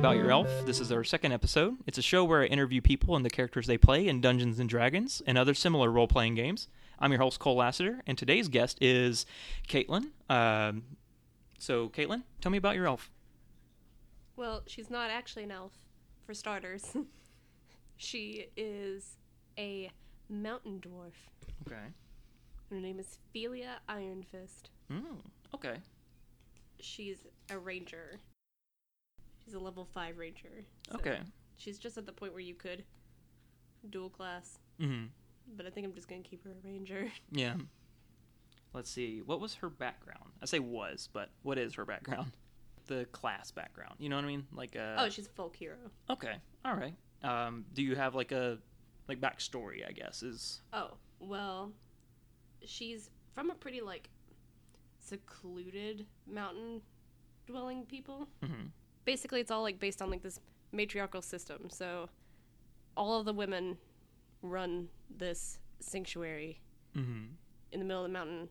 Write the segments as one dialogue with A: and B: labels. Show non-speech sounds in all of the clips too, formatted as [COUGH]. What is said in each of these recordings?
A: About Your Elf. This is our second episode. It's a show where I interview people and the characters they play in Dungeons and Dragons and other similar role playing games. I'm your host, Cole Lassiter, and today's guest is Caitlin. Um, so, Caitlin, tell me about your elf.
B: Well, she's not actually an elf, for starters. [LAUGHS] she is a mountain dwarf.
A: Okay.
B: Her name is Felia Ironfist.
A: Mm, okay.
B: She's a ranger. She's a level 5 ranger. so
A: Okay.
B: She's just at the point where you could dual class,
A: hmm
B: but I think I'm just going to keep her a ranger.
A: Yeah. Let's see. What was her background? I say was, but what is her [LAUGHS] background? The class background. You know what I mean? Like, uh,
B: oh, she's a folk hero.
A: Okay. All right. Um, do you have like a like backstory? I guess is
B: Oh, well, she's from a pretty like secluded mountain dwelling people.
A: Mhm.
B: Basically, it's all like based on like this matriarchal system. So all of the women run this sanctuary
A: mm-hmm.
B: in the middle of the mountain.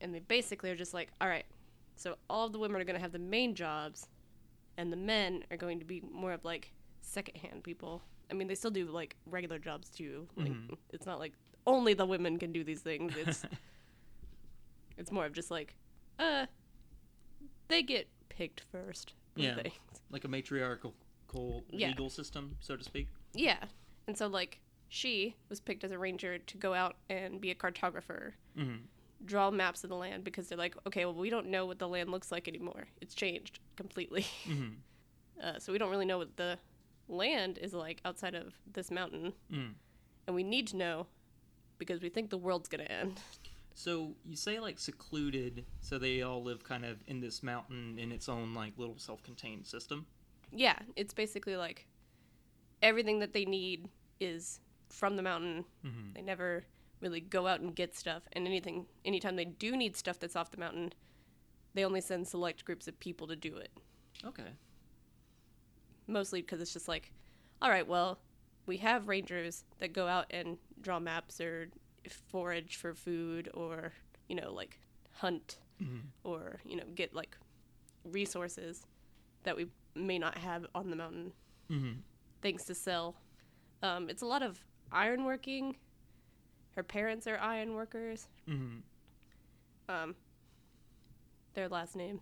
B: And they basically are just like, all right, so all of the women are going to have the main jobs, and the men are going to be more of like secondhand people. I mean, they still do like regular jobs too. Like,
A: Mhm.
B: It's not like only the women can do these things. It's it's more of just like, uh, they get picked first. for
A: Yeah.
B: things.
A: like a matriarchal
B: Yeah.
A: legal system, so to speak.
B: Yeah. And so like she was picked as a ranger to go out and be a cartographer
A: Mm-hmm.
B: draw maps of the land because they're like, okay, well, we don't know what the land looks like anymore. It's changed completely.
A: Mm-hmm.
B: [LAUGHS] Uh, so we don't really know what the land is like outside of this mountain.
A: Mm.
B: And we need to know because we think the world's going to end.
A: So you say like secluded, so they all live kind of in this mountain in its own like little self-contained system.
B: yeah, it's basically like everything that they need is from the mountain.
A: Mhm.
B: They never really go out and get stuff. And anything, anytime they do need stuff that's off the mountain, they only send select groups of people to do it.
A: Okay.
B: mostly because it's just like, all right, well, we have rangers that go out and draw maps or forage for food or, you know, like hunt
A: Mhm.
B: or, you know, get like resources that we may not have on the mountain,
A: Mm-hmm.
B: things to sell. Um, it's a lot of ironworking. Her parents are ironworkers.
A: Mm-hmm.
B: Um, their last name.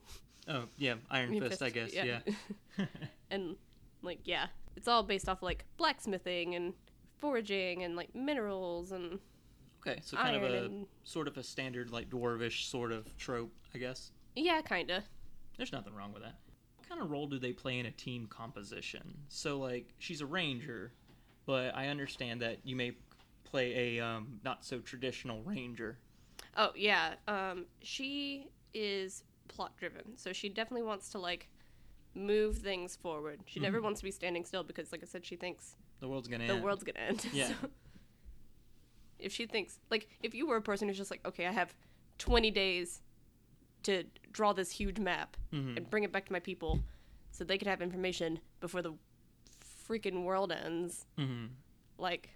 A: Oh yeah, Iron Fist, I guess. Yeah.
B: [LAUGHS]
A: [LAUGHS]
B: and like yeah it's all based off like blacksmithing and foraging and like minerals and
A: okay, so kind of
B: Iron
A: a
B: and-
A: sort of a standard like dwarvish sort of trope, I guess.
B: yeah kinda
A: There's nothing wrong with that. What kind of role do they play in a team composition? So, like, she's a ranger, but I understand that you may play a um, not so traditional ranger.
B: oh yeah um she is plot driven so she definitely wants to like move things forward she never
A: Mm-hmm.
B: wants to be standing still because like i said she thinks
A: The world's gonna
B: the
A: end.
B: world's gonna end [LAUGHS]
A: Yeah.
B: so if she thinks like if you were a person who's just like okay i have 20 days to draw this huge map
A: Mhm.
B: and bring it back to my people so they could have information before the freaking world ends
A: Mhm.
B: like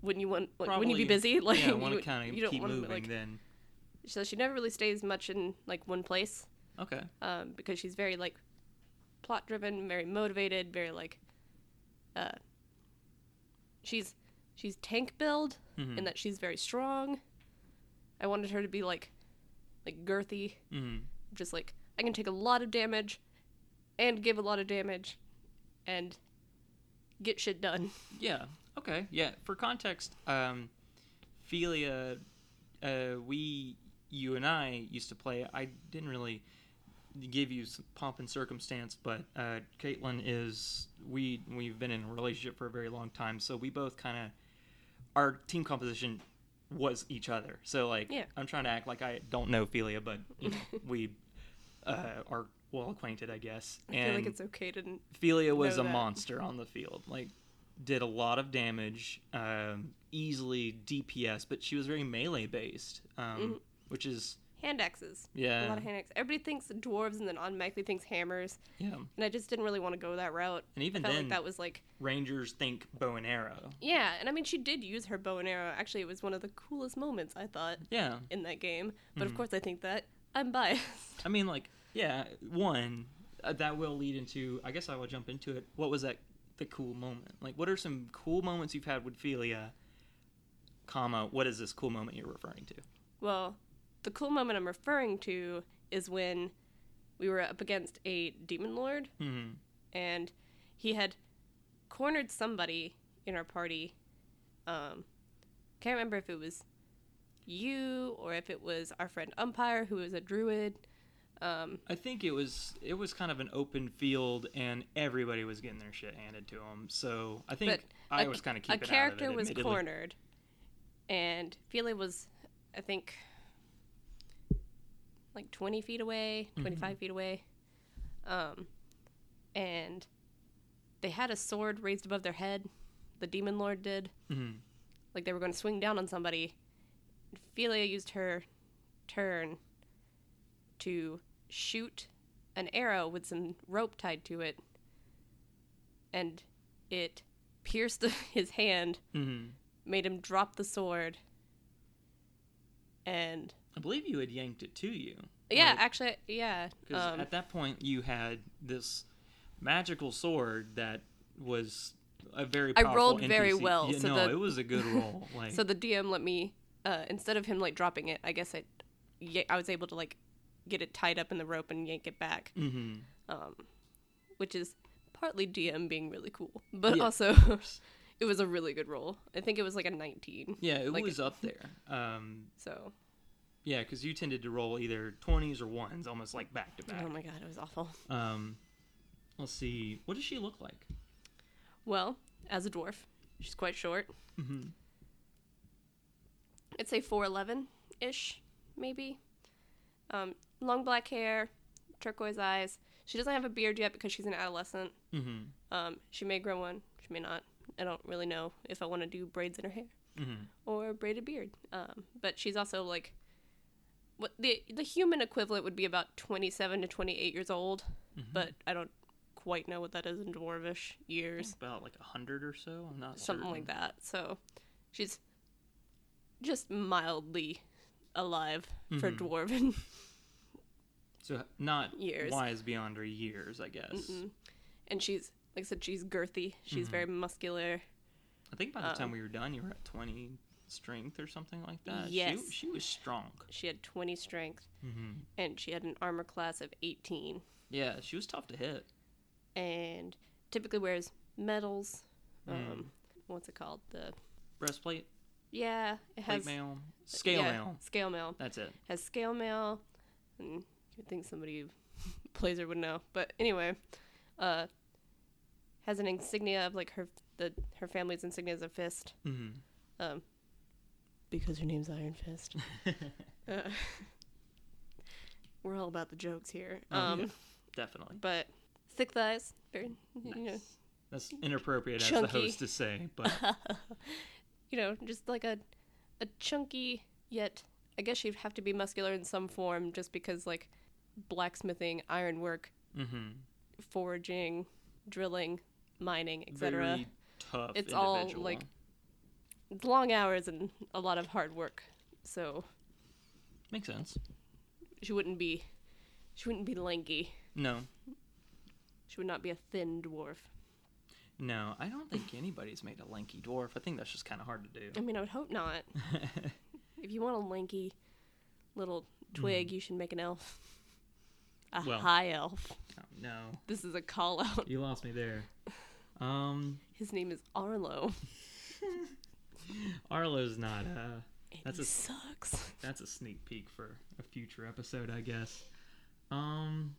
B: wouldn't you want like,
A: Probably,
B: wouldn't you be busy [LAUGHS] like
A: yeah, I
B: you,
A: want to
B: would-
A: kind
B: you
A: of
B: don't
A: keep
B: want to
A: moving.
B: like
A: then
B: so she never really stays much in like one place
A: okay,
B: um, because she's very like plot driven, very motivated, very like uh, she's she's tank build
A: Mhm.
B: in that she's very strong. I wanted her to be like like girthy,
A: Mhm.
B: just like I can take a lot of damage and give a lot of damage and get shit done. [LAUGHS]
A: yeah, okay, yeah. For context, um, Felia, uh, we, you and I used to play. I didn't really give you some pomp and circumstance, but uh, Caitlin is we we've been in a relationship for a very long time, so we both kind of our team composition was each other. So like
B: Yeah.
A: I'm trying to act like I don't know Felia, but you know, we uh, are well acquainted, I guess.
B: I
A: and
B: feel like it's okay to n-
A: Felia was
B: know
A: a
B: that.
A: monster on the field. Like, did a lot of damage, um, easily DPS, but she was very melee based, um, which is
B: hand axes. Mm-hmm. A
A: yeah,
B: lot of hand axes. Everybody thinks dwarves and then automatically thinks hammers,
A: yeah.
B: and I just didn't really want to go that route.
A: And even
B: I felt
A: then,
B: like that was like
A: rangers think bow and arrow.
B: Yeah, and I mean, she did use her bow and arrow. Actually, it was one of the coolest moments I thought
A: Yeah,
B: in that game. But of course, I think that I'm biased. [LAUGHS]
A: I mean, like, yeah, one uh, that will lead into. I guess I will jump into it. What was that? The cool moment. Like, what are some cool moments you've had with Philia? Comma. What is this cool moment you're referring to?
B: Well, the cool moment I'm referring to is when we were up against a demon lord
A: Hmm.
B: and he had cornered somebody in our party. Um, can't remember if it was you or if it was our friend Umpire, who was a druid. Um,
A: I think it was it was kind of an open field, and everybody was getting their shit handed to them. So I think
B: But
A: I
B: a-
A: was kind of
B: a
A: keeping
B: character
A: out of it,
B: was
A: admittedly.
B: cornered, and Feely was, I think, like twenty feet away,
A: Mm-hmm.
B: twenty feet away, um, and they had a sword raised above their head. The demon lord did,
A: Mhm.
B: like they were going to swing down on somebody. Felia used her turn to shoot an arrow with some rope tied to it, and it pierced [LAUGHS] the, his hand,
A: Mhm.
B: made him drop the sword, and
A: I believe you had yanked it to you.
B: yeah,
A: Like,
B: actually, yeah,
A: 'Cause
B: um,
A: at that point, you had this magical sword that was a very.
B: I
A: powerful
B: rolled very
A: NPC.
B: well,
A: Yeah,
B: so
A: no,
B: the-
A: it was a good
B: [LAUGHS]
A: roll. Like,
B: so the DM let me uh, instead of him like dropping it, I guess I, yeah, I was able to like get it tied up in the rope and yank it back.
A: mhm.
B: um, which is partly DM being really cool, but
A: Yeah.
B: also [LAUGHS] it was a really good roll. I think it was like a 19.
A: yeah, it
B: like-
A: was up there. Um,
B: So,
A: yeah, because you tended to roll either twenties or ones, almost like back to
B: oh
A: back.
B: my god, it was awful.
A: Um, let's see, what does she look like?
B: Well, as a dwarf, she's quite short.
A: Mhm.
B: I'd say 4'11 ish, maybe. Um, long black hair, turquoise eyes. She doesn't have a beard yet because she's an adolescent.
A: Mm-hmm.
B: Um, she may grow one, she may not. I don't really know if I want to do braids in her hair.
A: Mhm.
B: or braided beard. Um, but she's also like what the the human equivalent would be about 27 to 28 years old, but I don't quite know what that is in dwarvish years,
A: About like a hundred or so. I'm not
B: something like that. So she's just mildly alive for
A: Mhm.
B: dwarven. [LAUGHS]
A: So not
B: Years.
A: wise beyond her years, I guess.
B: Mm-mm. and she's like I said she's girthy.
A: Mm-hmm.
B: She's very muscular.
A: I think by the time
B: Um,
A: we were done, you were at twenty strength or something like that.
B: Yes.
A: she, she was strong.
B: She had 20 strength
A: Mm-hmm.
B: and she had an armor class of 18.
A: Yeah, she was tough to hit.
B: and typically wears medals.
A: Mm.
B: Um, what's it called? The
A: Breastplate,
B: yeah, it
A: plate
B: has uh,
A: mail, scale
B: yeah,
A: mail.
B: Scale mail
A: That's it.
B: has scale mail, and you would think somebody who [LAUGHS] plays her would know, but anyway, uh, has an insignia of like her the her family's insignia is a fist,
A: Mm-hmm.
B: um, because her name's Iron
A: [LAUGHS]
B: Fist. uh, [LAUGHS] we're all about the jokes here.
A: Oh, yeah.
B: Um,
A: Definitely.
B: but thick thighs, very you know
A: Nice. That's inappropriate as the
B: Chunky.
A: host to say,
B: [LAUGHS]
A: but
B: you know, just like a a chunky yet I guess she'd have to be muscular in some form just because like blacksmithing, ironwork,
A: mm-hmm.
B: foraging, drilling, mining, etc.
A: very tough.
B: It's all,
A: individual.
B: like, It's long hours and a lot of hard work. So
A: makes sense.
B: she wouldn't be she wouldn't be lanky.
A: No,
B: She would not be a thin dwarf.
A: no, I don't think anybody's made a lanky dwarf. I think that's just kind of hard to do.
B: I mean, I would hope not. if you want a lanky little twig, you should make an elf. A
A: Mm-hmm. Well.
B: high elf.
A: Oh, [LAUGHS] no,
B: This is a call out.
A: you lost me there. Um,
B: His name is Arlo.
A: Arlo's not. Uh,
B: And
A: That's
B: he
A: a-
B: sucks.
A: that's a sneak peek for a future episode, I guess. Um,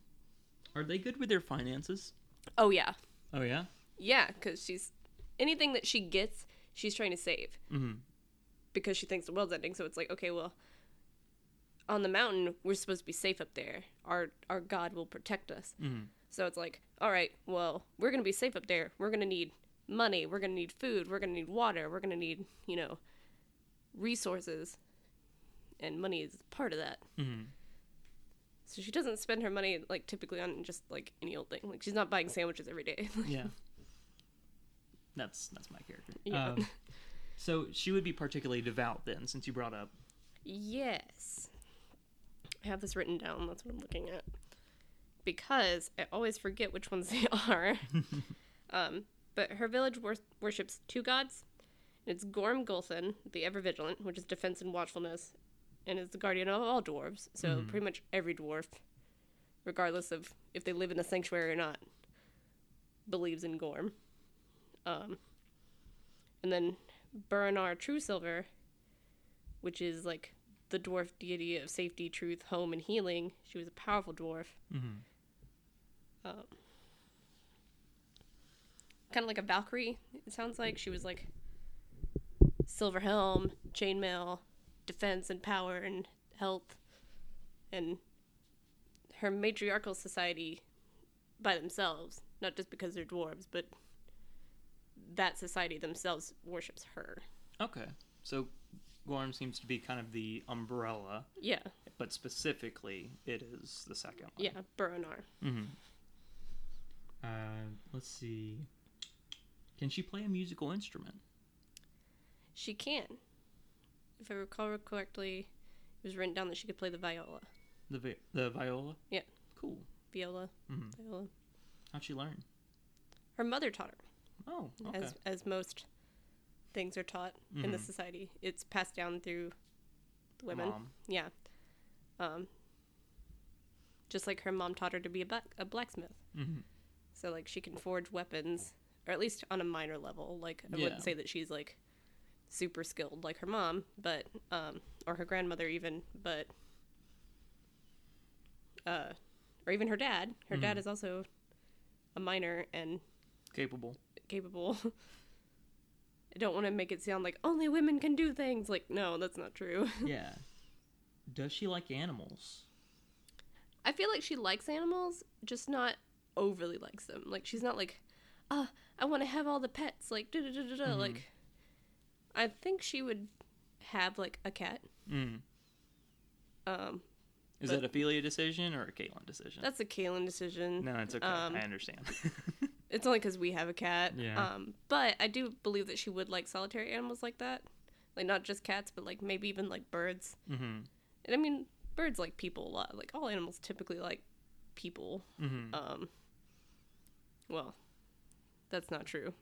A: are they good with their finances?
B: Oh yeah,
A: Oh yeah.
B: yeah. Because she's anything that she gets, she's trying to save
A: Mm-hmm.
B: because she thinks the world's ending. So it's like, okay, well, on the mountain, we're supposed to be safe up there. Our our God will protect us.
A: Mhm.
B: So it's like, all right, well, we're gonna be safe up there. We're gonna need money. We're gonna need food. We're gonna need water. We're gonna need you know resources, and money is part of that.
A: Mm-hmm.
B: So she doesn't spend her money like typically on just like any old thing. Like she's not buying sandwiches every day. [LAUGHS]
A: Yeah. [LAUGHS] That's that's my character.
B: Yeah.
A: Um, so she would be particularly devout then, since you brought up.
B: yes. I have this written down. That's what I'm looking at. because I always forget which ones [LAUGHS] they are. um, but her village wor- worships two gods. And it's Gorm Gulthin, the Ever Vigilant, which is defense and watchfulness, and is the guardian of all dwarves. So pretty much every dwarf, regardless of if they live in a sanctuary or not, believes in Gorm. Um, and then Burinar Truesilver, which is like the dwarf deity of safety, truth, home, and healing. She was a powerful dwarf.
A: Mhm.
B: Um, kind of like a Valkyrie, it sounds like. She was like silver helm, chainmail, defense, and power, and health. And her matriarchal society by themselves, not just because they're dwarves, but that society themselves worships her.
A: Okay. So Gorm seems to be kind of the umbrella,
B: Yeah,
A: but specifically, it is the second one.
B: yeah, Boronar.
A: Uh, let's see. Can she play a musical instrument?
B: She can. If I recall correctly, it was written down that she could play the viola.
A: The vi- the viola.
B: Yeah.
A: Cool.
B: Viola.
A: Mhm.
B: Viola.
A: How'd she learn?
B: Her mother taught her,
A: Oh, okay. Mm-hmm.
B: as, as most things are taught in the society. It's passed down through the women.
A: Mom.
B: Yeah. Um, just like her mom taught her to be a, bu- a blacksmith.
A: Mhm.
B: So, like, she can forge weapons, or at least on a minor level. Like, I
A: Yeah.
B: wouldn't say that she's, like, super skilled like her mom, but, um, or her grandmother even, but, uh, or even her dad. Her dad is also a minor and [LAUGHS]
A: Capable.
B: capable. I don't want to make it sound like only women can do things. Like, no, that's not true.
A: yeah. Does she like animals?
B: I feel like she likes animals, just not overly likes them. Like she's not like, ah, I want to have all the pets. Like da da da da da.
A: Mm-hmm.
B: Like, I think she would have like a cat.
A: Mm.
B: Um,
A: Is
B: But-
A: that a Felia decision or a Caitlin decision?
B: that's a Kalen decision.
A: no, it's okay.
B: um,
A: I
B: [LAUGHS]
A: understand.
B: It's only because we have a cat.
A: Yeah.
B: Um, but I do believe that she would like solitary animals like that, like not just cats, but like maybe even like birds.
A: mm-hmm.
B: And I mean, birds like people a lot. Like all animals typically like people.
A: Mm-hmm.
B: Um, well, that's not true.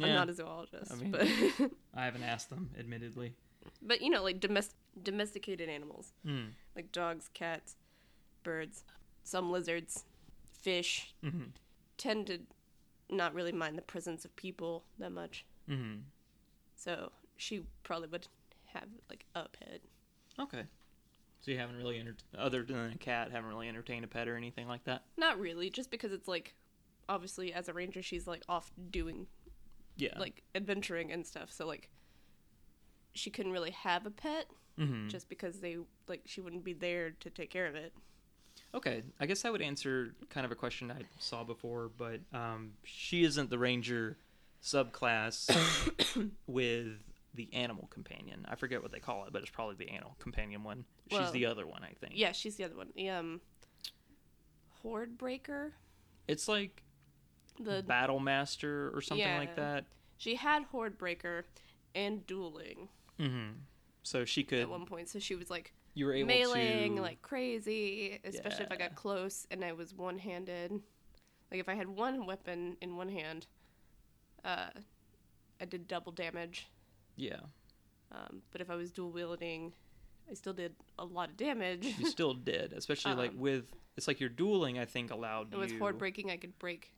B: I'm
A: Yeah.
B: not a zoologist,
A: I mean-
B: but [LAUGHS]
A: I haven't asked them, admittedly.
B: but you know, like domest- domesticated animals,
A: Mm.
B: like dogs, cats, birds, some lizards, fish,
A: Mhm.
B: tend to not really mind the presence of people that much.
A: Mm-hmm.
B: So she probably would have like a pet.
A: Okay. So you haven't really, enter- other than a cat, haven't really entertained a pet or anything like that?
B: Not really, just because it's like obviously as a ranger she's like off doing
A: Yeah.
B: like adventuring and stuff. So like she couldn't really have a pet
A: mm-hmm.
B: just because they like she wouldn't be there to take care of it.
A: Okay, I guess that would answer kind of a question I saw before, but um, she isn't the ranger
B: [COUGHS]
A: subclass with the animal companion. I forget what they call it, but it's probably the animal companion one. She's
B: Well,
A: the other one, I think.
B: Yeah, she's the other one. The um, Horde Breaker.
A: It's like
B: The
A: battle master or something like
B: Yeah.
A: that.
B: she had Horde Breaker and dueling
A: Mm-hmm. So she could.
B: at one point, so she was like
A: You were able
B: mailing
A: to.
B: like crazy, especially if I
A: Yeah.
B: got close and I was one handed. Like if I had one weapon in one hand, uh, I did double damage.
A: Yeah,
B: Um, but if I was dual wielding, I still did a lot of damage.
A: you still did, especially like
B: Um,
A: with. It's like your dueling. I think allowed
B: it was
A: you.
B: horde breaking i could break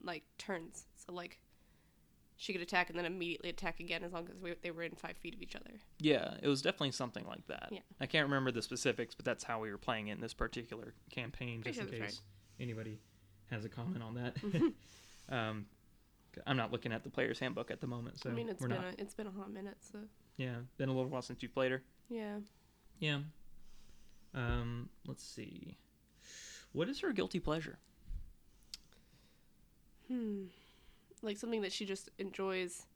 B: like turns so like she could attack and then immediately attack again as long as we, they were in five feet of each other
A: Yeah, it was definitely something like that.
B: Yeah.
A: I can't remember the specifics, but that's how we were playing it in this particular campaign,
B: Pretty
A: just in
B: sure
A: case
B: that's
A: anybody has a comment on that.
B: [LAUGHS]
A: [LAUGHS] um, I'm not looking at the player's handbook at the moment, so
B: i mean it's
A: we're
B: been
A: not.
B: a, it's been a hot minute so
A: Yeah, been a little while since you played her.
B: yeah
A: Yeah. Um, let's see. What is her guilty pleasure?
B: hmm like something that she just enjoys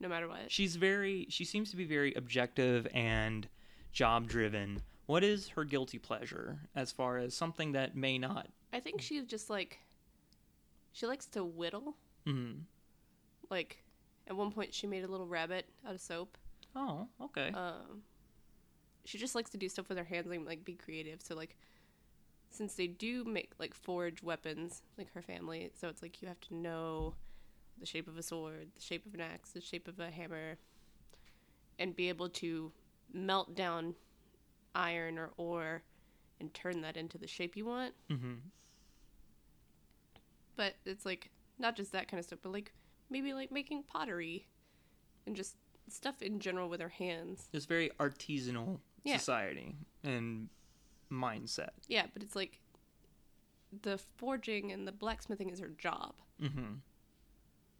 B: no matter what
A: She's very. She seems to be very objective and job driven. What is her guilty pleasure as far as something that may not?
B: i think she's just like she likes to whittle
A: Mm,
B: like at one point she made a little rabbit out of soap
A: oh, okay.
B: um she just likes to do stuff with her hands and like be creative so like since they do make like forge weapons, like her family, so it's like you have to know the shape of a sword, the shape of an axe, the shape of a hammer, and be able to melt down iron or ore and turn that into the shape you want.
A: Mm-hmm.
B: But it's like not just that kind of stuff, but like maybe like making pottery and just stuff in general with her hands.
A: It's very artisanal
B: Yeah.
A: society and mindset.
B: Yeah, but it's like the forging and the blacksmithing is her job.
A: Mm-hmm.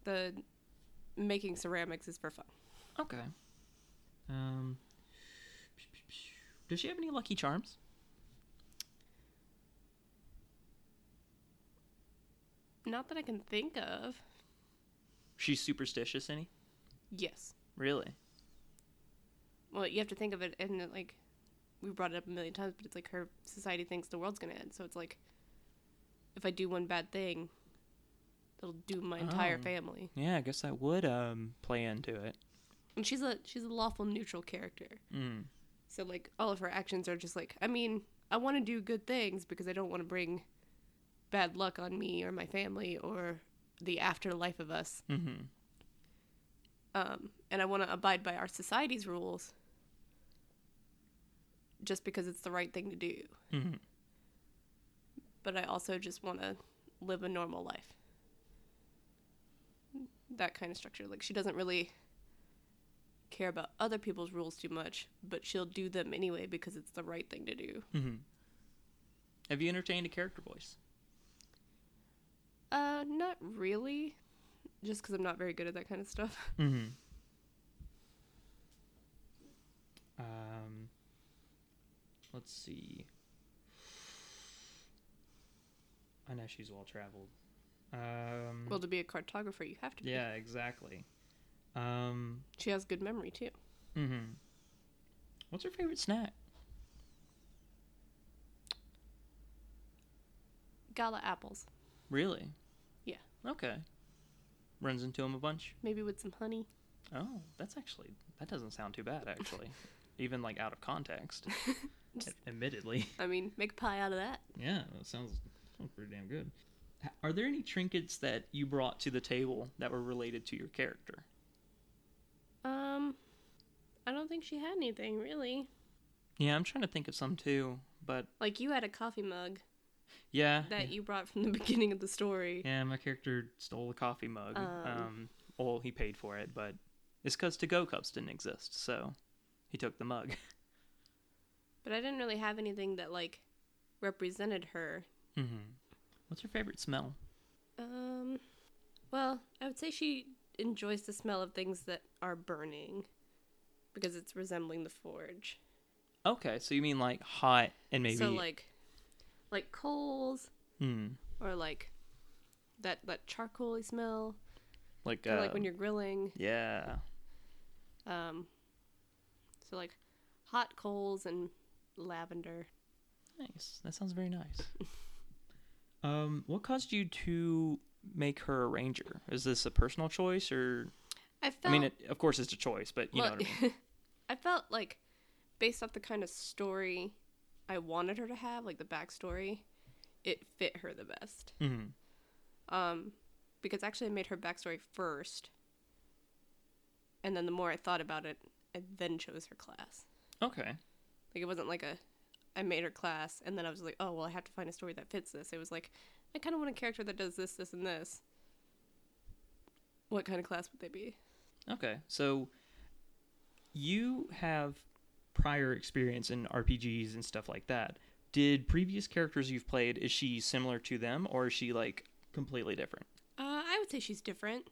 B: The making ceramics is for fun.
A: Okay. Um, does she have any lucky charms?
B: Not that I can think of.
A: She's superstitious, any?
B: Yes.
A: Really?
B: Well, you have to think of it, and it, like we brought it up a million times, but it's like her society thinks the world's gonna end. So it's like, if I do one bad thing, it'll doom my entire
A: Oh.
B: family.
A: Yeah, I guess that would um play into it.
B: And she's a she's a lawful neutral character.
A: Mm.
B: So like all of her actions are just like I mean I want to do good things because I don't want to bring bad luck on me or my family or the afterlife of us.
A: Mm-hmm.
B: Um, and I want to abide by our society's rules just because it's the right thing to do.
A: Mm-hmm.
B: But I also just want to live a normal life. That kind of structure. Like she doesn't really care about other people's rules too much, but she'll do them anyway because it's the right thing to do.
A: Mm-hmm. Have you entertained a character voice?
B: Uh, not really. Just because I'm not very good at that kind of stuff.
A: Mm-hmm. Um, let's see. I know she's well traveled. Um,
B: Well, to be a cartographer, you have to. be.
A: yeah, exactly. Um,
B: She has good memory too.
A: mhm. What's her favorite snack?
B: Gala apples,
A: Really?
B: Yeah.
A: Okay. Runs into him a bunch.
B: maybe with some honey.
A: Oh, that's actually that doesn't sound too bad
B: [LAUGHS]
A: actually, even like out of context.
B: Just-
A: admittedly.
B: I mean, make a pie out of that.
A: Yeah, that sounds, sounds pretty damn good. H- Are there any trinkets that you brought to the table that were related to your character?
B: Um, I don't think she had anything really.
A: Yeah, I'm trying to think of some too, but
B: Like you had a coffee mug
A: yeah,
B: that you brought from the [LAUGHS] beginning of the story.
A: yeah, my character stole a coffee mug. Um,
B: Um.
A: well, he paid for it, but it's because to-go cups didn't exist, so he took the mug. [LAUGHS]
B: But I didn't really have anything that like represented her.
A: mm-hmm. What's your favorite smell?
B: Um, well, I would say she enjoys the smell of things that are burning because it's resembling the forge.
A: Okay, so you mean like hot and maybe
B: So like, like coals
A: Hmm,
B: or like that that charcoaly smell,
A: like
B: or like
A: uh,
B: when you're grilling.
A: yeah,
B: Um, so like hot coals and lavender.
A: Nice. That sounds very nice. [LAUGHS] um, what caused you to make her a ranger? Is this a personal choice, or
B: I felt.
A: I mean, it, of course it's a choice, but you know
B: well,
A: what I mean.
B: [LAUGHS] I felt like based off the kind of story I wanted her to have, like the backstory, it fit her the best.
A: Mhm.
B: Um, because actually I made her backstory first, and then the more I thought about it, I then chose her class.
A: Okay.
B: Like it wasn't like a I made her class and then I was like, oh well, I have to find a story that fits this. It was like I kind of want a character that does this, this, and this. What kind of class would they be?
A: Okay. So you have prior experience in RPGs and stuff like that. Did previous characters you've played is she similar to them, or is she like completely different?
B: Uh, I would say she's different,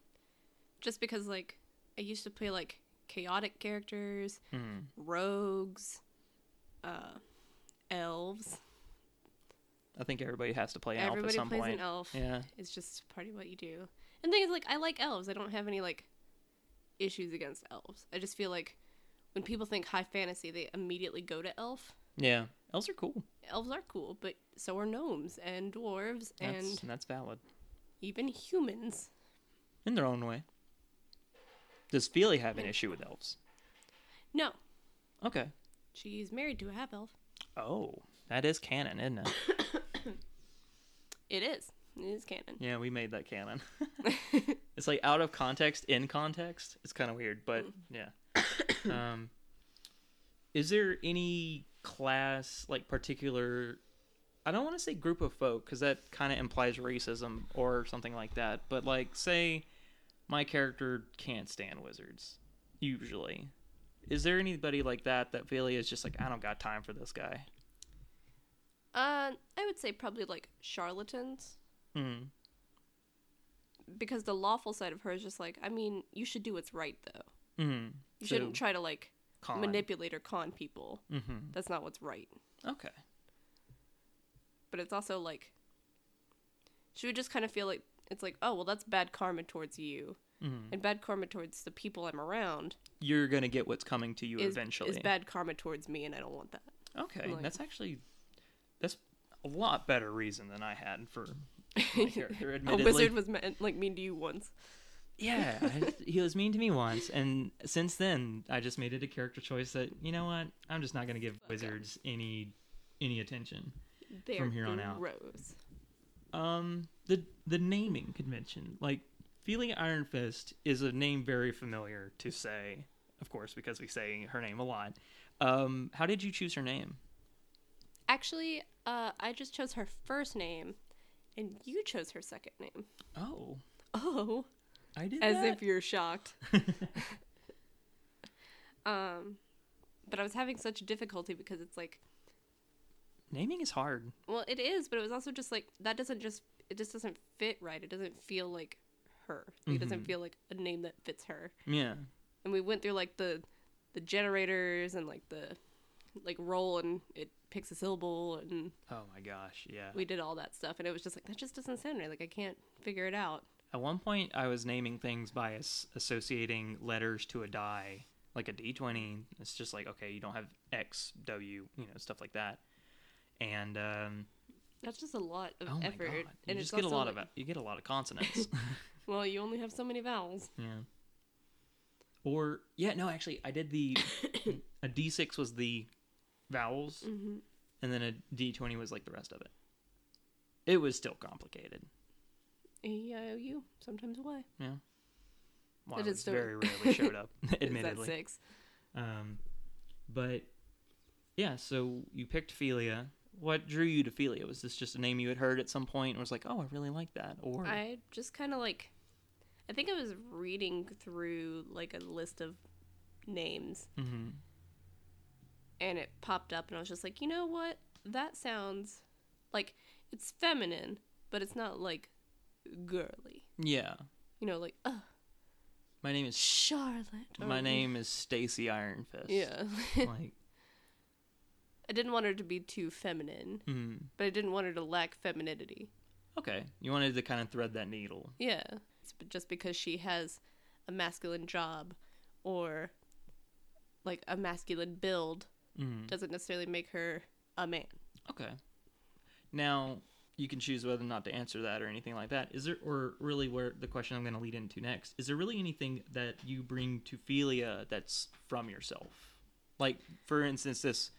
B: just because like I used to play like chaotic characters,
A: Mhm.
B: rogues, uh, elves.
A: I think everybody has to play an elf
B: Everybody
A: at some
B: plays
A: point.
B: an elf.
A: Yeah.
B: It's just part of what you do. And the thing is, like, I like elves. I don't have any like issues against elves. I just feel like when people think high fantasy, they immediately go to elf.
A: Yeah. Elves are cool.
B: Elves are cool, but so are gnomes and dwarves
A: That's
B: and
A: that's valid.
B: even humans.
A: in their own way. Does Feely have an issue with elves?
B: No,
A: Okay.
B: she's married to a half elf.
A: Oh, that is canon, isn't it?
B: It is. It is canon.
A: Yeah, we made that canon. [LAUGHS] it's like out of context, in context. It's kind of weird, but
B: Mm.
A: yeah. [COUGHS] um, is there any class, like particular? I don't want to say group of folk because that kind of implies racism or something like that. But like, say my character can't stand wizards. Usually, is there anybody like that that Velia is just like, I don't got time for this guy.
B: [LAUGHS] uh, I would say probably like charlatans
A: Mm.
B: because the lawful side of her is just like, I mean, you should do what's right though.
A: Mm.
B: You shouldn't try to like
A: con.
B: manipulate or con people.
A: Mm-hmm.
B: That's not what's right.
A: Okay.
B: But it's also like, she would just kind of feel like it's like, oh well, that's bad karma towards you,
A: Mhm.
B: and bad karma towards the people I'm around
A: You're gonna get what's coming to you
B: is,
A: eventually.
B: is bad karma towards me, and I don't want that.
A: Okay,
B: Like-
A: that's actually that's a lot better reason than I had for my character. Admittedly,
B: [LAUGHS] A wizard was meant like mean to you once.
A: yeah, I- he was mean to me once, and since then I just made it a character choice that you know what I'm just not gonna give wizards any any attention.
B: They're
A: From here on out.
B: gross.
A: Um, the the naming convention, like Feeling Iron Fist, is a name very familiar to say, of course, because we say her name a lot. Um, how did you choose her name?
B: Actually, uh, I just chose her first name, and you chose her second name.
A: Oh,
B: Oh,
A: I did
B: as
A: [LAUGHS] that?
B: if you're shocked. [LAUGHS] um, but I was having such difficulty because it's like,
A: naming is hard.
B: well, it is, but it was also just like that doesn't just it just doesn't fit right. It doesn't feel like her. Like, It
A: Mm-hmm.
B: doesn't feel like a name that fits her.
A: Yeah.
B: and we went through like the the generators and like the like roll and it picks a syllable and
A: Oh my gosh, yeah.
B: we did all that stuff and it was just like that just doesn't sound right like i can't figure it out
A: At one point, I was naming things by as- associating letters to a die, like a D20. It's just like, okay, you don't have X, W, you know, stuff like that. And um,
B: that's just a lot of
A: oh my
B: effort
A: god, you
B: and
A: just get a
B: also,
A: lot of e-
B: like-
A: of you get a lot of consonants. [LAUGHS]
B: well you only have so many vowels
A: yeah. Or yeah, no, actually, I did
B: [COUGHS]
A: the a D6 was the vowels,
B: Mm.
A: and then a D20 was like the rest of it. It was still complicated.
B: E, e-i-o-u sometimes y
A: Yeah. Well,
B: That
A: it
B: is so-
A: very rarely showed up,
B: [LAUGHS] is
A: admittedly.
B: that six
A: Um, but yeah, so you picked Felia. What drew you to Felia? Was this just a name you had heard at some point and was like, oh, I really like that? Or
B: i just kind of like i think i was reading through like a list of names
A: Mhm.
B: and it popped up and I was just like, you know what? That sounds like it's feminine, but it's not like girly.
A: yeah,
B: You know, like oh,
A: my name is
B: Charlotte. or-
A: my name is Stacy Iron Fist.
B: Oh. Yeah. [LAUGHS]
A: like
B: I didn't want her to be too feminine,
A: mm,
B: but I didn't want her to lack femininity.
A: okay, you wanted to kind of thread that needle.
B: Yeah. It's b- just because she has a masculine job or like a masculine build
A: Mm.
B: doesn't necessarily make her a man.
A: Okay. Now you can choose whether or not to answer that or anything like that. Is there, or really, where the question I'm going to lead into next is there really anything that you bring to Philia that's from yourself? Like, for instance, this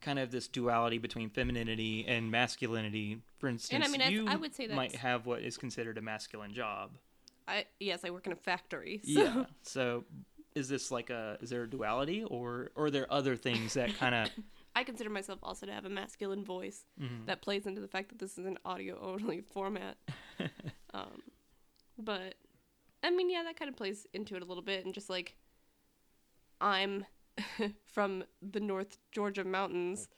A: kind of this duality between femininity and masculinity. For instance,
B: mean, I-
A: you
B: I would say
A: might
B: that's-
A: have what is considered a masculine job.
B: I yes, I work in a factory. [LAUGHS] So
A: Yeah. So, is this like a is there a duality, or, or are there other things that kind of
B: I consider myself also to have a masculine voice that plays into the fact that this is an audio [LAUGHS] only format. um, but I mean, yeah, that kind of plays into it a little bit, and just like I'm [LAUGHS] from the North Georgia mountains,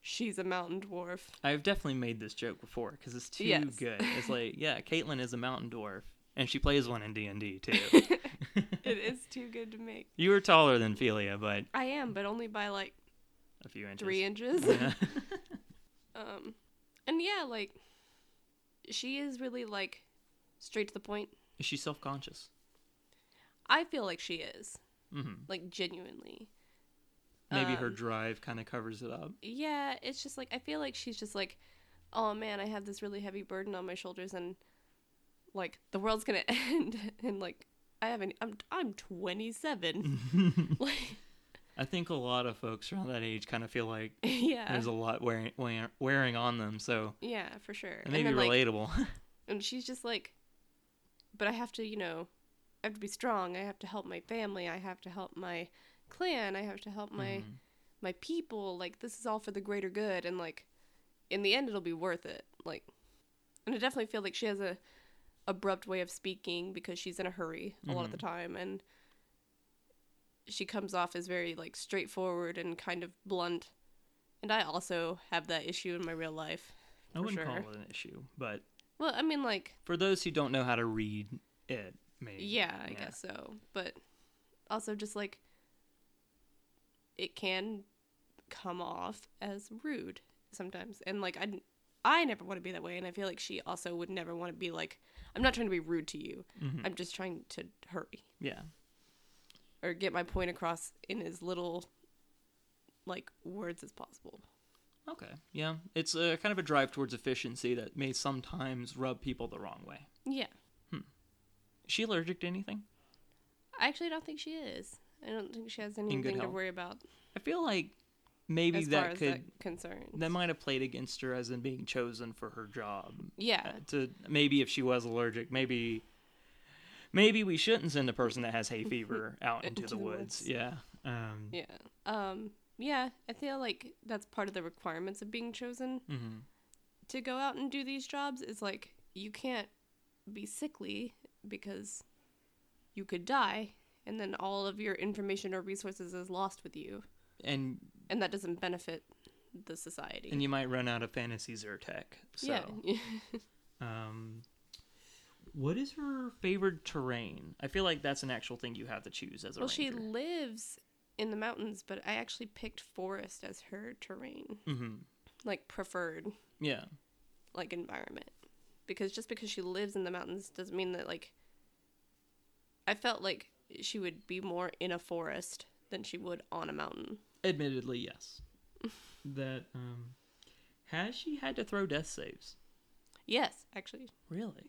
B: she's a mountain dwarf. [LAUGHS]
A: I've definitely made this joke before because it's too
B: Yes.
A: good.
B: [LAUGHS]
A: It's like, yeah, Caitlyn is a mountain dwarf, and she plays one in D and D
B: [LAUGHS]
A: too. [LAUGHS]
B: It is too good to make.
A: you were taller than Felia, but
B: I am, but only by like
A: a few inches. [LAUGHS]
B: three inches.
A: Yeah.
B: [LAUGHS] um, and yeah, like she is really like straight to the point.
A: is she self conscious?
B: I feel like she is.
A: hmm
B: like genuinely.
A: Maybe her
B: Um,
A: drive kind of covers it up.
B: Yeah, it's just like I feel like she's just like, oh man, I have this really heavy burden on my shoulders, and like the world's gonna [LAUGHS]
A: [LAUGHS]
B: end, and like [LAUGHS] I haven't. I'm I'm 27. like
A: I think a lot of folks around that age kind of feel like
B: yeah.
A: there's a lot wearing wearing, wearing on them, so
B: yeah, for sure.
A: it may be
B: like,
A: relatable. [LAUGHS]
B: and she's just like, but I have to, you know, I have to be strong. I have to help my family. I have to help my clan. I have to help my
A: Mhm.
B: my people. Like this is all for the greater good, and like in the end, it'll be worth it. Like, and I definitely feel like she has a abrupt way of speaking because she's in a hurry a lot of the time, and she comes off as very like straightforward and kind of blunt. And I also have that issue in my real life.
A: I
B: for
A: wouldn't
B: sure.
A: call it an issue, but
B: Well, I mean, like
A: for those who don't know how to read it, maybe
B: Yeah, I guess so. But also just like it can come off as rude sometimes. And like I I never want to be that way and I feel like she also would never want to be like I'm not trying to be rude to you.
A: Mhm.
B: I'm just trying to hurry
A: yeah,
B: or get my point across in as little like words as possible.
A: okay, yeah. It's a kind of a drive towards efficiency that may sometimes rub people the wrong way.
B: Yeah.
A: Is she allergic to anything?
B: I actually don't think she is. I don't think she has
A: good
B: anything to
A: health.
B: worry about
A: I feel like maybe
B: as far
A: that
B: as
A: could
B: that concerns.
A: that might have played against her as in being chosen for her job. Uh,
B: yeah.
A: To maybe if she was allergic, maybe maybe we shouldn't send a person that has
B: [LAUGHS]
A: hay fever out into, the, woods. Yeah. Um,
B: Yeah. Um yeah, I feel like that's part of the requirements of being chosen
A: mhm.
B: to go out and do these jobs is like you can't be sickly because you could die and then all of your information or resources is lost with you
A: And
B: and that doesn't benefit the society.
A: and you might run out of fantasy Zyrtec. So,
B: [LAUGHS] Yeah.
A: um, what is her favorite terrain? I feel like that's an actual thing you have to choose as a
B: well, she
A: ranger.
B: lives in the mountains, but I actually picked forest as her terrain,
A: hmm
B: like preferred.
A: Yeah.
B: like environment because just because she lives in the mountains doesn't mean that like i felt like she would be more in a forest than she would on a mountain
A: Admittedly, yes. [LAUGHS] that um, has she had to throw death saves?
B: yes actually
A: Really?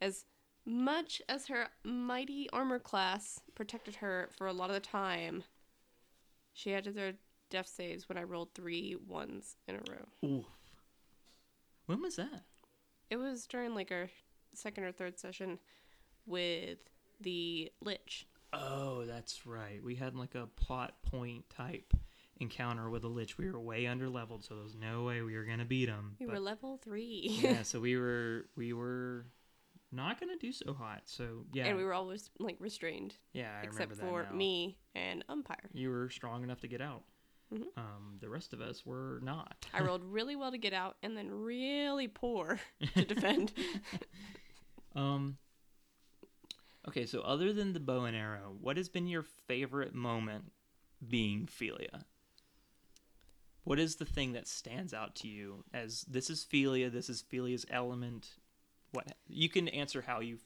B: as much as her mighty armor class protected her for a lot of the time she had to throw death saves when i rolled three ones in a row
A: Oof. When was that?
B: it was during like our second or third session with the lich
A: Oh, that's right. We had like a plot point type encounter with a lich. We were way under leveled, so there was no way we were gonna beat him.
B: we were [LAUGHS] level three
A: [LAUGHS] yeah, so we were we were not gonna do so hot. So yeah,
B: [LAUGHS] and we were always like restrained
A: yeah, I
B: except
A: remember that
B: for
A: now.
B: me and umpire
A: You were strong enough to get out.
B: Mm-hmm.
A: Um, the rest of us were not. [LAUGHS]
B: i rolled really well to get out and then really poor [LAUGHS]
A: [LAUGHS]
B: to defend
A: Um. Okay, so other than the bow and arrow, what has been your favorite moment being Felia? What is the thing that stands out to you as this is Felia, this is Felia's element? What you can answer how you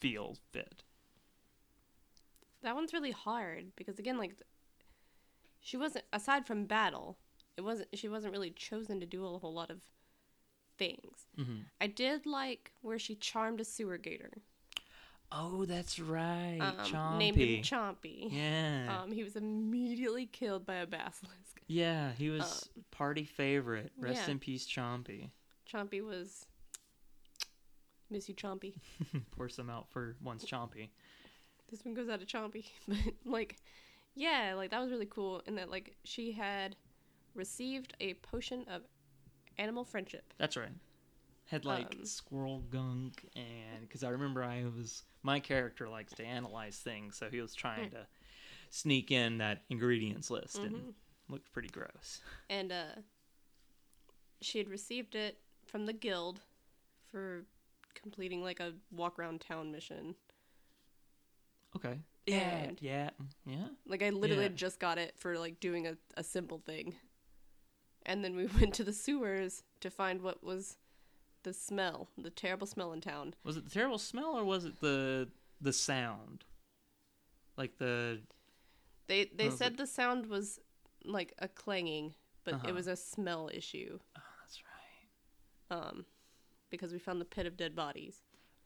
A: feel fit.
B: that one's really hard because again like she wasn't aside from battle it wasn't she wasn't really chosen to do a whole lot of things
A: Mm-hmm.
B: i did like where she charmed a sewer gator
A: Oh, that's right,
B: um, named him chompy
A: yeah,
B: um, he was immediately killed by a basilisk
A: yeah, he was party favorite. Rest
B: um, yeah.
A: in peace, Chompy. [LAUGHS]
B: chompy was miss you chompy
A: Pour some out for once, Chompy.
B: this one goes out to Chompy. [LAUGHS] But like, yeah, like that was really cool in that like she had received a potion of animal friendship.
A: That's right. Had like
B: Um,
A: squirrel gunk and because I remember I was my character likes to analyze things, so he was
B: Hmm.
A: trying to sneak in that ingredients list and
B: Mm-hmm.
A: looked pretty gross.
B: And uh she had received it from the guild for completing like a walk around town mission.
A: Okay. Yeah.
B: And-
A: yeah. Yeah.
B: Like I literally
A: Yeah.
B: had just got it for like doing a, a simple thing. And then we [LAUGHS] went to the sewers to find what was the smell, the terrible smell in town.
A: Was it the terrible smell or was it the the sound? Like the
B: They they
A: Oh,
B: said the sound was like a clanging, but
A: Uh-huh.
B: it was a smell issue
A: oh, that's right.
B: um, because we found the pit of dead bodies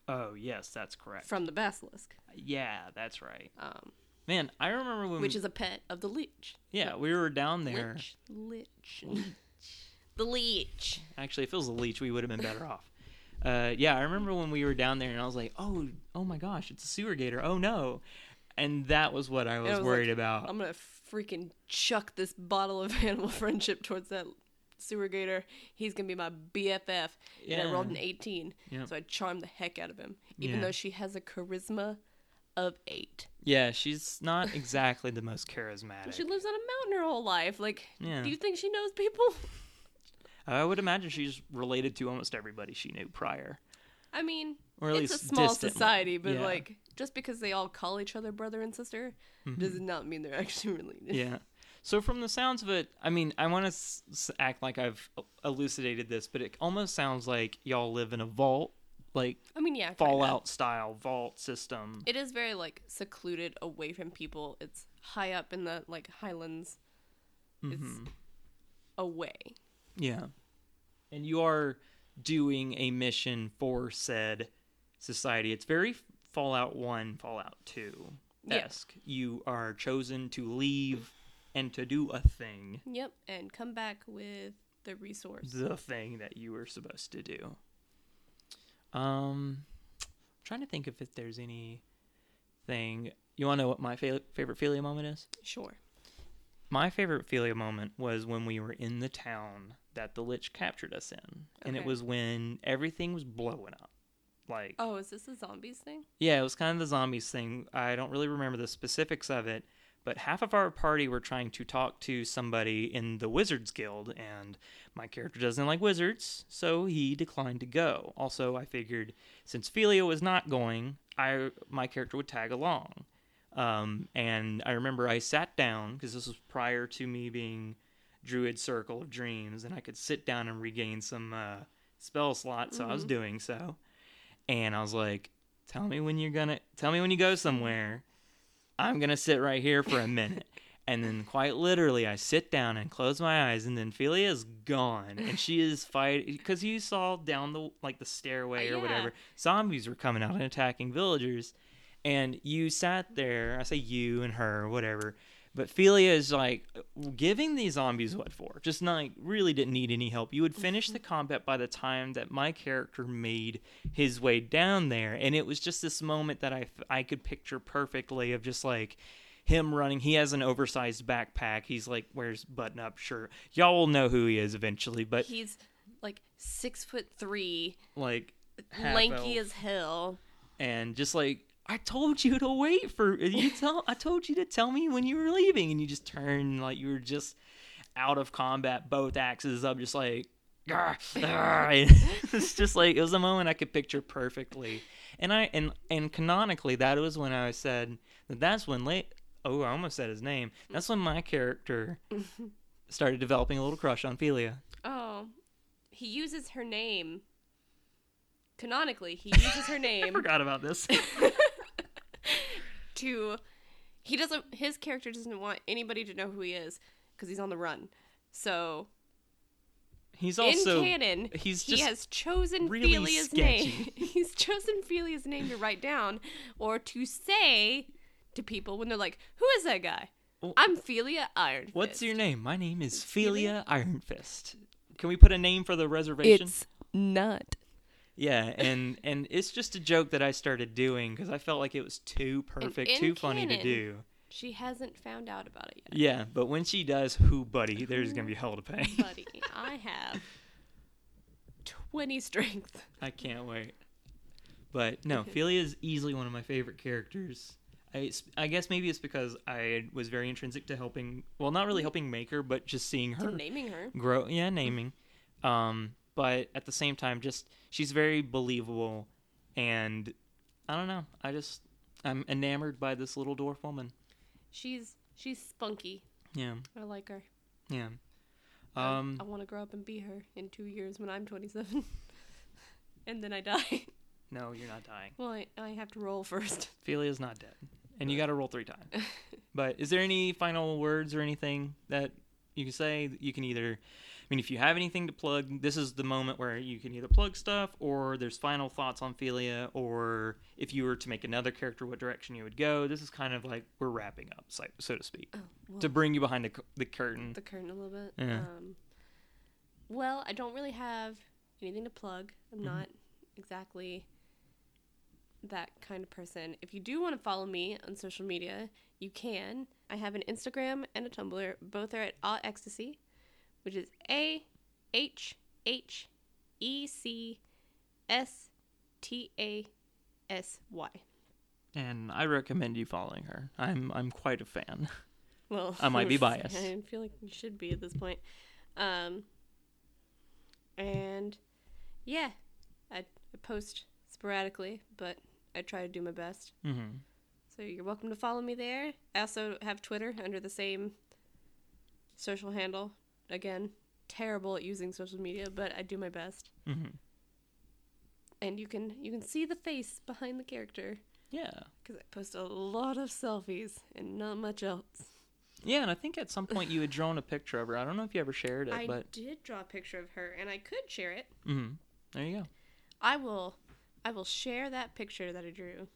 A: Oh yes, that's correct.
B: from the basilisk.
A: yeah, that's right.
B: Um,
A: Man, I remember when
B: which is a pet of the leech.
A: yeah we were down there.
B: Lich. Lich. The leech.
A: Actually, if it was a leech, we would have been better off. Uh, yeah, I remember when we were down there, and I was like, "Oh, oh my gosh, it's a sewer gator! Oh no!" And that was what I was,
B: I was
A: worried
B: like, um,
A: about.
B: I'm gonna freaking chuck this bottle of [LAUGHS] animal friendship towards that sewer gator. He's gonna be my BFF. And I rolled
A: Yeah.
B: an 18,
A: Yep.
B: so I charmed the heck out of him, even
A: Yeah.
B: though she has a charisma of eight.
A: yeah, she's not exactly the most charismatic.
B: She lives on a mountain her whole life. Like,
A: Yeah.
B: do you think she knows people? [LAUGHS]
A: I would imagine she's related to almost everybody she knew
B: [LAUGHS]
A: prior,
B: I mean,
A: or at
B: it's a
A: least
B: small
A: distantly.
B: society, but
A: Yeah.
B: like, just because they all call each other brother and sister does not mean they're [LAUGHS] actually related.
A: Mm-hmm. yeah. So from the sounds of it, I mean, I want to s- s- act like I've elucidated this, but it almost sounds like y'all live in a vault, like
B: I mean, yeah. kinda.
A: Fallout style vault system.
B: It is very like secluded away from people. It's high up in the like highlands.
A: Mm-hmm.
B: It's away.
A: Yeah. And you are doing a mission for said society. It's very Fallout 1, Fallout 2 esque. You are chosen to leave and to do a thing,
B: Yep, and come back with the resource.
A: the thing that you were supposed to do. Um, trying to think if it- there's any thing. You want to know what my fa- favorite Philia moment is?
B: Sure.
A: My favorite Ophelia moment was when we were in the town that the Lich captured us in. And it
B: Okay.
A: was when everything was blowing up. Like,
B: Oh, is this the zombies thing?
A: yeah, it was kind of the zombies thing. I don't really remember the specifics of it, but half of our party were trying to talk to somebody in the Wizards Guild, and my character doesn't like wizards, so he declined to go. Also, I figured since Felia was not going, I my character would tag along. Um, and I remember I sat down because this was prior to me being Druid Circle of Dreams, and I could sit down and regain some uh, spell slots, so I was doing so and I was like, "Tell me when you're gonna tell me when you go somewhere. I'm gonna sit right here for a minute." and then, quite literally, I sit down and close my eyes, and then Felia is gone, and she is fighting because you saw down the like the stairway or
B: Yeah.
A: whatever, zombies were coming out and attacking villagers, and you sat there. I say you and her, whatever. But Felia is like giving these zombies what for? Just like really didn't need any help. You would finish the combat by the time that my character made his way down there, and it was just this moment that I f- I could picture perfectly of just like him running. He has an oversized backpack. He's like wears button up shirt. Y'all will know who he is eventually, but
B: He's like six foot three,
A: like half elf.
B: lanky as hell.
A: and just like I told you to wait for uh,
B: [LAUGHS]
A: you tell I told you to tell me when you were leaving and you just turned like you were just out of combat both axes up just like "Grr, grr," and [LAUGHS] it's just like it was a moment I could picture perfectly and I and and canonically that was when I said that that's when late oh I almost said his name that's when my
B: [LAUGHS]
A: character started developing a little crush on Felia
B: Oh, he uses her name. Canonically, he
A: [LAUGHS]
B: uses her
A: I
B: name
A: forgot about
B: [LAUGHS]
A: this
B: to. He doesn't. His character doesn't want anybody to know who he is because he's on the run. So
A: he's also
B: in canon,
A: he's
B: he
A: just
B: has chosen
A: really
B: Felia's name. [LAUGHS]
A: sketchy.
B: he's chosen Felia's name to write down or to say to people when they're like, "Who is that guy?"
A: Well,
B: I'm Felia Iron.
A: What's your name? My name is Felia
B: Felia?
A: Ironfist. Can we put a name for the reservation?
B: It's not.
A: yeah, and and it's just a joke that I started doing because I felt like it was too perfect,
B: in
A: too funny to
B: canon.
A: do.
B: She hasn't found out about it yet,
A: Yeah, but when she does, who buddy? There's gonna be hell to pay.
B: buddy. I have twenty strength.
A: [LAUGHS] I can't wait. But no, Felia is easily one of my favorite characters. I, I guess maybe it's because I was very intrinsic to helping, well, not really helping make her, but just seeing her
B: I'm naming her.
A: grow yeah naming um but at the same time just she's very believable and i don't know i just i'm enamored by this little dwarf woman
B: She's she's spunky.
A: yeah
B: I like her.
A: yeah
B: I-
A: um
B: I want to grow up and be her in two years when I'm 27, [LAUGHS] and then I die. [LAUGHS]
A: no you're not dying
B: Well, I, I have to roll first.
A: Felia's not
B: [LAUGHS]
A: dead and you got to roll three times but is there any final words or anything that You can say that you can either, I mean, if you have anything to plug, this is the moment where you can either plug stuff or there's final thoughts on Felia, or if you were to make another character, what direction you would go. This is kind of like we're wrapping up, so, so to speak,
B: Oh, well,
A: to bring you behind the, cu- the curtain.
B: the curtain a little bit.
A: Mm-hmm. Yeah.
B: Um, well, I don't really have anything to plug. I'm not exactly that kind of person. If you do want to follow me on social media, you can. I have an Instagram and a Tumblr. Both are at All Ecstasy, which is A H H E C S T A S Y.
A: And I recommend you following her. I'm I'm quite a fan.
B: Well,
A: I might be biased.
B: [LAUGHS] I feel like you should be at this point. Um, and yeah, I, I post sporadically, but I try to do my best.
A: [LAUGHS] Mm-hmm.
B: So you're welcome to follow me there. I also have Twitter under the same social handle. Again, terrible at using social media, but I do my best.
A: Mm-hmm.
B: And you can you can see the face behind the character
A: Yeah.
B: because I post a lot of selfies and not much else.
A: Yeah, and I think at some point you had drawn a picture of her. I don't know if you ever shared it,
B: I
A: but
B: did draw a picture of her, and I could share it.
A: mhm. there you go.
B: I will I will share that picture that I drew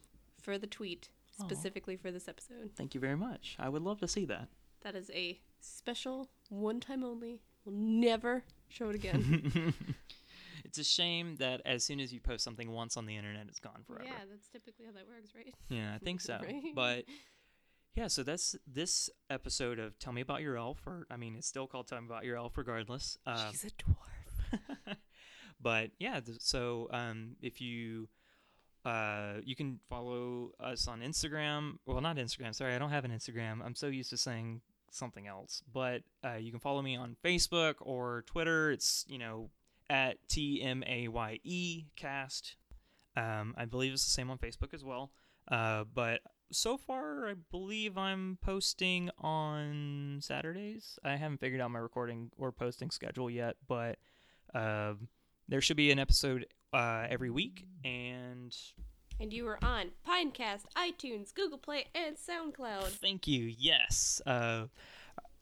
B: for the tweet specifically for this episode.
A: Thank you very much. I would love to see [LAUGHS] that.
B: That is a special one time only. We'll never show it again.
A: It's a shame that as soon as you post something once on the internet, it's gone [LAUGHS] forever.
B: yeah, that's typically how that works, right?
A: Yeah, I think so.
B: [LAUGHS] Right?
A: But yeah, so that's this episode of Tell Me About Your Elf, or I mean, it's still called Tell Me About Your Elf, regardless. Um,
B: She's a dwarf.
A: [LAUGHS] but yeah th- so um, if you uh, you can follow us on instagram well not instagram sorry i don't have an instagram i'm so used to saying something else but uh, you can follow me on facebook or twitter it's you know at t-m-a-y-e E cast um, i believe it's the same on facebook as well uh, but so far i believe i'm posting on saturdays i haven't figured out my recording or posting schedule yet but um, there should be an episode uh, every week, and
B: And you were on Pinecast, iTunes, Google Play, and SoundCloud.
A: thank you. Yes, uh,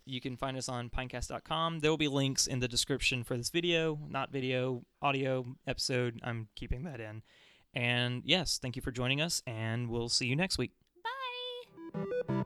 A: you can find us on pinecast.com. There will be links in the description for this video, not video, audio episode. I'm keeping that in. And yes, thank you for joining us, and we'll see you next week.
B: Bye.